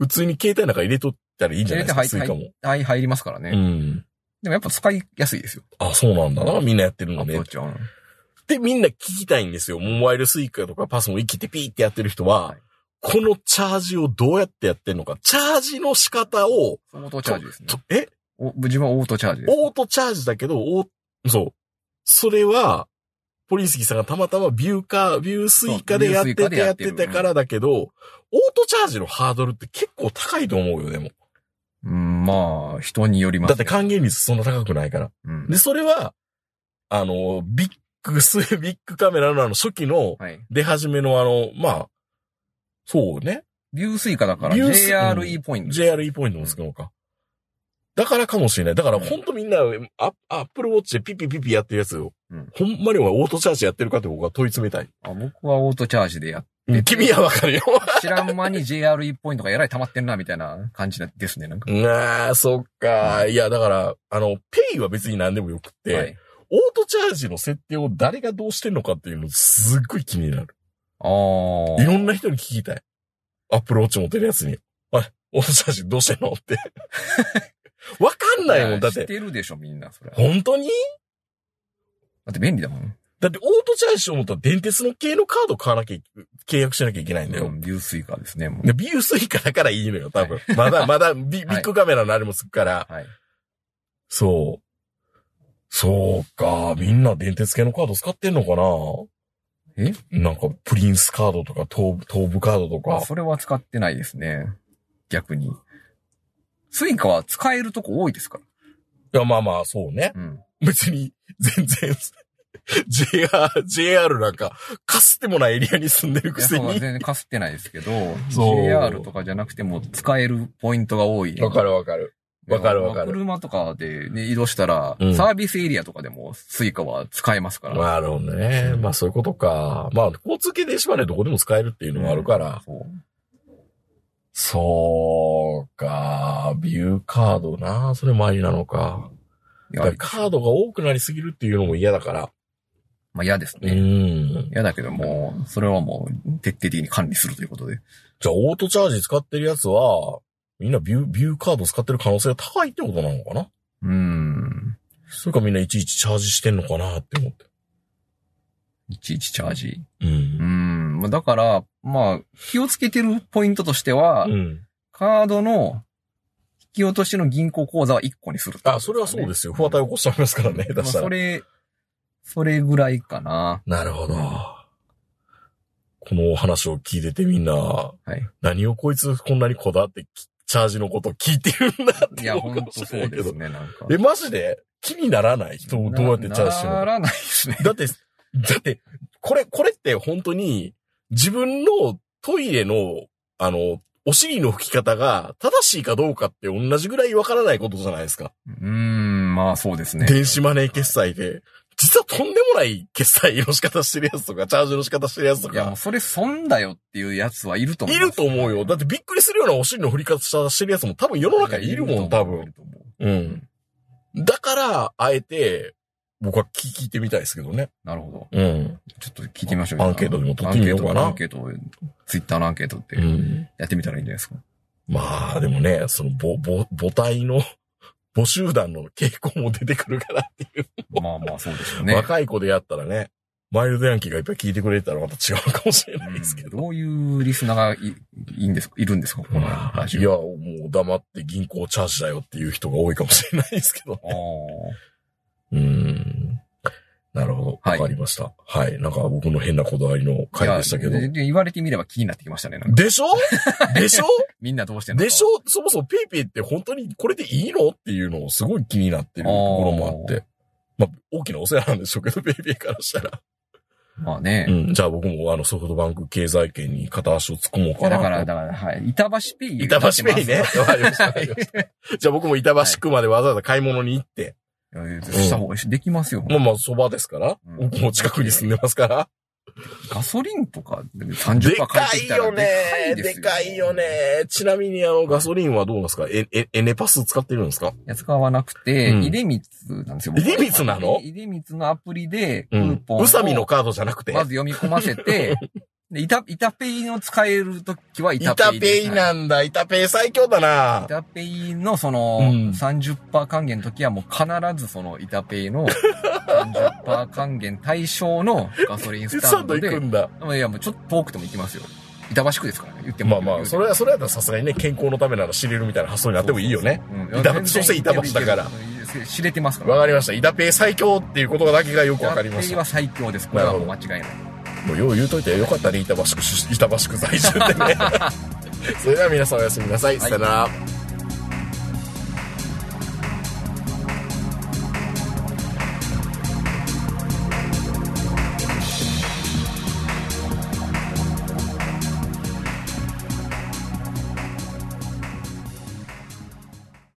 B: 普通に携帯なんか入れとったらいいんじゃないですか、ス
C: 入れ
B: イ
C: て
B: カ
C: 入
B: も。
C: はい、入りますからね。
B: うん。
C: でもやっぱ使いやすいですよ。
B: あ、そうなんだな、みんなやってるの
C: アプ
B: ね
C: ロー。チは。
B: で、みんな聞きたいんですよ。モバイルスイカとかパスも生きてピーってやってる人は、
C: はい
B: このチャージをどうやってやってんのか、チャージの仕方を、
C: オートチャージですね
B: と。え
C: お自分はオートチャージです。
B: オートチャージだけど、オーそう。それは、ポリンスキーさんがたまたまビューカー、ビュースイカでやって
C: そうビュースイカ
B: て
C: で
B: や
C: や
B: っ
C: ってる
B: てたからだけど、オートチャージのハードルって結構高いと思うよ、でも。
C: うん、まあ、人によります、
B: だって還元率そんな高くないから。
C: うん
B: で、それは、あの、ビッ グス、ビッグカメラのあの初期の
C: はい。
B: 出始めのあの、まあ、そうね。
C: ビュースイカだから
B: ビュース
C: JRE ポイント。
B: JRE ポイントもつくのか。だからかもしれない。だからほんとみんな、アアップルウォッチでピピピピやってるやつを、
C: うん
B: ほんまにお前オートチャージやってるかって僕は問い詰めたい。
C: あ僕はオートチャージでやっ
B: うん君はわ かるよ。
C: 知らん間に JRE ポイントがえ らい溜まってんな、みたいな感じですね、なんか。
B: なあ、そっか。いや、だから、あの、ペイは別に何でもよくって、
C: はい。
B: オートチャージの設定を誰がどうしてんのかっていうのすっごい気になる。
C: あー
B: いろんな人に聞きたい。アップルウォッチ持ってるやつに。あれ、オートチャージどうしてん のって。わかんないもん。だっ、
C: 知っててるでしょ、みんな、それ。だ
B: 本当に
C: って便利だもん。
B: だってオートチャージしようと思ったら電鉄の系のカード買わなきゃ、契約しなきゃいけないんだ
C: う
B: よ。
C: ん、ビュースイカですね、もう
B: で、ビュースイカだからいいのよ、多分。まだ、まだビ、ビッグカメラのあれもつくから。
C: はい。
B: そう。そうか、みんな電鉄系のカード使ってんのかな
C: え
B: なんか、プリンスカードとか、東部、東部カードと
C: まあ、
B: か。
C: それは使ってないですね。逆に。スイカは使えるとこ多いですか
B: いや、まあまあ、そうね。
C: ら。うん。
B: 別に、全然、JR、JR なんか、かすってもないエリアに住んでる
C: い
B: く
C: や
B: せ
C: そうは
B: に
C: 全。然かすってないですけど、
B: そう
C: JR とかじゃなくても使えるポイントが多い。
B: わかるわかる。わかるわかる
C: まあ車とかで、ね、移動したら、
B: うん
C: サービスエリアとかでもスイカは使えますから。
B: なるほどね。まあそういうことか。まあ交通系電子マネーどこでも使えるっていうのもあるから。
C: そう。
B: そうか。ビューカードな。それもありなのか。
C: い
B: だ
C: や
B: からカードが多くなりすぎるっていうのも嫌だから。
C: まあ嫌です
B: う
C: ね。
B: ん。
C: 嫌だけども、それはもう徹底的に管理するということで。
B: じゃあオートチャージ使ってるやつは、みんなビュー、ビューカード使ってる可能性が高いってことなのかな
C: うーん。
B: それかみんないちいちチャージしてんのかなって思って。
C: いちいちチャージ。う
B: う
C: ー
B: ん。
C: ん。まあだから、まあ、気をつけてるポイントとしては、
B: うん。
C: カードの引き落としの銀行口座は1個にするってこと
B: あ、それはそうですよ。不
C: ね
B: 和対起こしちゃいますからね。
C: ま
B: 出
C: あ
B: した
C: そ
B: ら。
C: れ、それぐらいかな。
B: なるほど。このお話を聞いててみんな、
C: はい。
B: 何をこいつこんなにこだわってきチャージのことを聞いてるんだって
C: いや、
B: 思
C: ほ
B: うんかも
C: と
B: し
C: そ
B: れな
C: う
B: いけ
C: です
B: ど。
C: ね、なんか。
B: え、マジで気にならない人をどうやってチャージしてる
C: なな
B: の
C: らないですね。
B: だって、だって、これ、これって本当に自分のトイレの、あの、お尻の拭き方が正しいかどうかって同じぐらいわからないことじゃないですか。
C: うーん、まあそうですね。
B: 電子マネー決済で、実はとんでもない決済の仕方してるやつとか、チャージの仕方してるやつと
C: いや、も
B: か
C: う、それ損だよっていうやつはいると思う。
B: いると思うよ。だってびっくりするようなお尻の振り方してるやつも多分世の中にいるもん、多分。。うん。だから、あえて、僕は聞聞いてみたいですけどね。
C: なるほど。
B: うん。
C: ちょっと聞いてみましょう。
B: アンケートでも取ってみようかな
C: アンケート、アンケートツイッターのアンケートって
B: うん。
C: やってみたらいいんじゃないですか。
B: まあ、でもね、その、ぼ、ぼ、母体の、 母集団の傾向も出てくるからっていう。
C: まあまあそうですよね。
B: 若い子でやったらね、マイルドヤンキーがいっぱい聞いてくれてたらまた違うかもしれないですけ
C: うん
B: ど。
C: どういうリスナーがいいいんですかいるんですかこのラジ
B: い
C: オ。
B: や、もう黙って銀行チャージだよっていう人が多いかもしれないですけど。
C: あー
B: うん。なるほど。
C: は
B: わ
C: い
B: かりました。はい、なんか僕の変なこだわりの回でしたけど
C: いや。でで言われてみれば気になってきましたね。なんか
B: でし ょでしょ
C: みんなどうしてんのか
B: でしょそもそもペイペイって本当にこれでいいのっていうのをすごい気になってるところもあって。まあ、大きなお世話なんでしょうけど、ペ イペイからしたら。
C: まあね。
B: うん。じゃあ僕もあのソフトバンク経済圏に片足を突っ込もう
C: いや
B: かな
C: だ
B: と。
C: から、だから、はい。板橋ペイ。
B: 板橋ペイね。。 わかりました。わか
C: はい
B: りましたじゃあ僕も板橋区までわざわざ買い物に行って、
C: いやいやした方がいいし、できますよ。
B: まあまあ、そばですから、
C: うん
B: 僕も近くに住んでますから。
C: ガソリンとか
B: で
C: 30%パー返っ
B: か
C: てき
B: い
C: たら
B: よね
C: でかい
B: ですかいよ。ねちなみにあの、ガソリンはどうなんですかえ、え、エネパス使ってるんですか
C: いや、使わなくて、
B: うん
C: 出光なんですよ。僕
B: 出光なの
C: 出光のアプリで、ク
B: う
C: ー
B: ん
C: ポン。を
B: うさみのカードじゃなくて。
C: まず読み込ませ て、で、イタ、イタペイの使えるときはイ
B: イ
C: タ
B: タ
C: ペイで
B: ペ
C: す。
B: イなんだ。イタペイ最強だ
C: イ
B: な。
C: タペイのその
B: うん
C: 30%還元の時はもう必ずそのイタペイの30%還元対象のガソリンスタ
B: サ
C: ン
B: ン
C: ド
B: ド
C: で
B: 行く、んだ。
C: いやもうちょっと遠くても行きますよ。板橋区ですからね、言って
B: まあ
C: も。
B: まあ、それは、それやったらさすがにね、健康のためなら知れるみたいな発想になってもいいよね。
C: うん。
B: 板橋所詮板橋だから
C: ら。知れてますから。
B: わかりました。イタペイ最強っていうことだけがよくわかりま
C: イタ
B: し
C: ペイ
B: た。
C: は最強です。これはもう間違いない。
B: もうよう言うといてよ かったね、板橋区出、板橋区在住でね。それでは皆さんおやすみなさい。
C: はい
B: さよなら。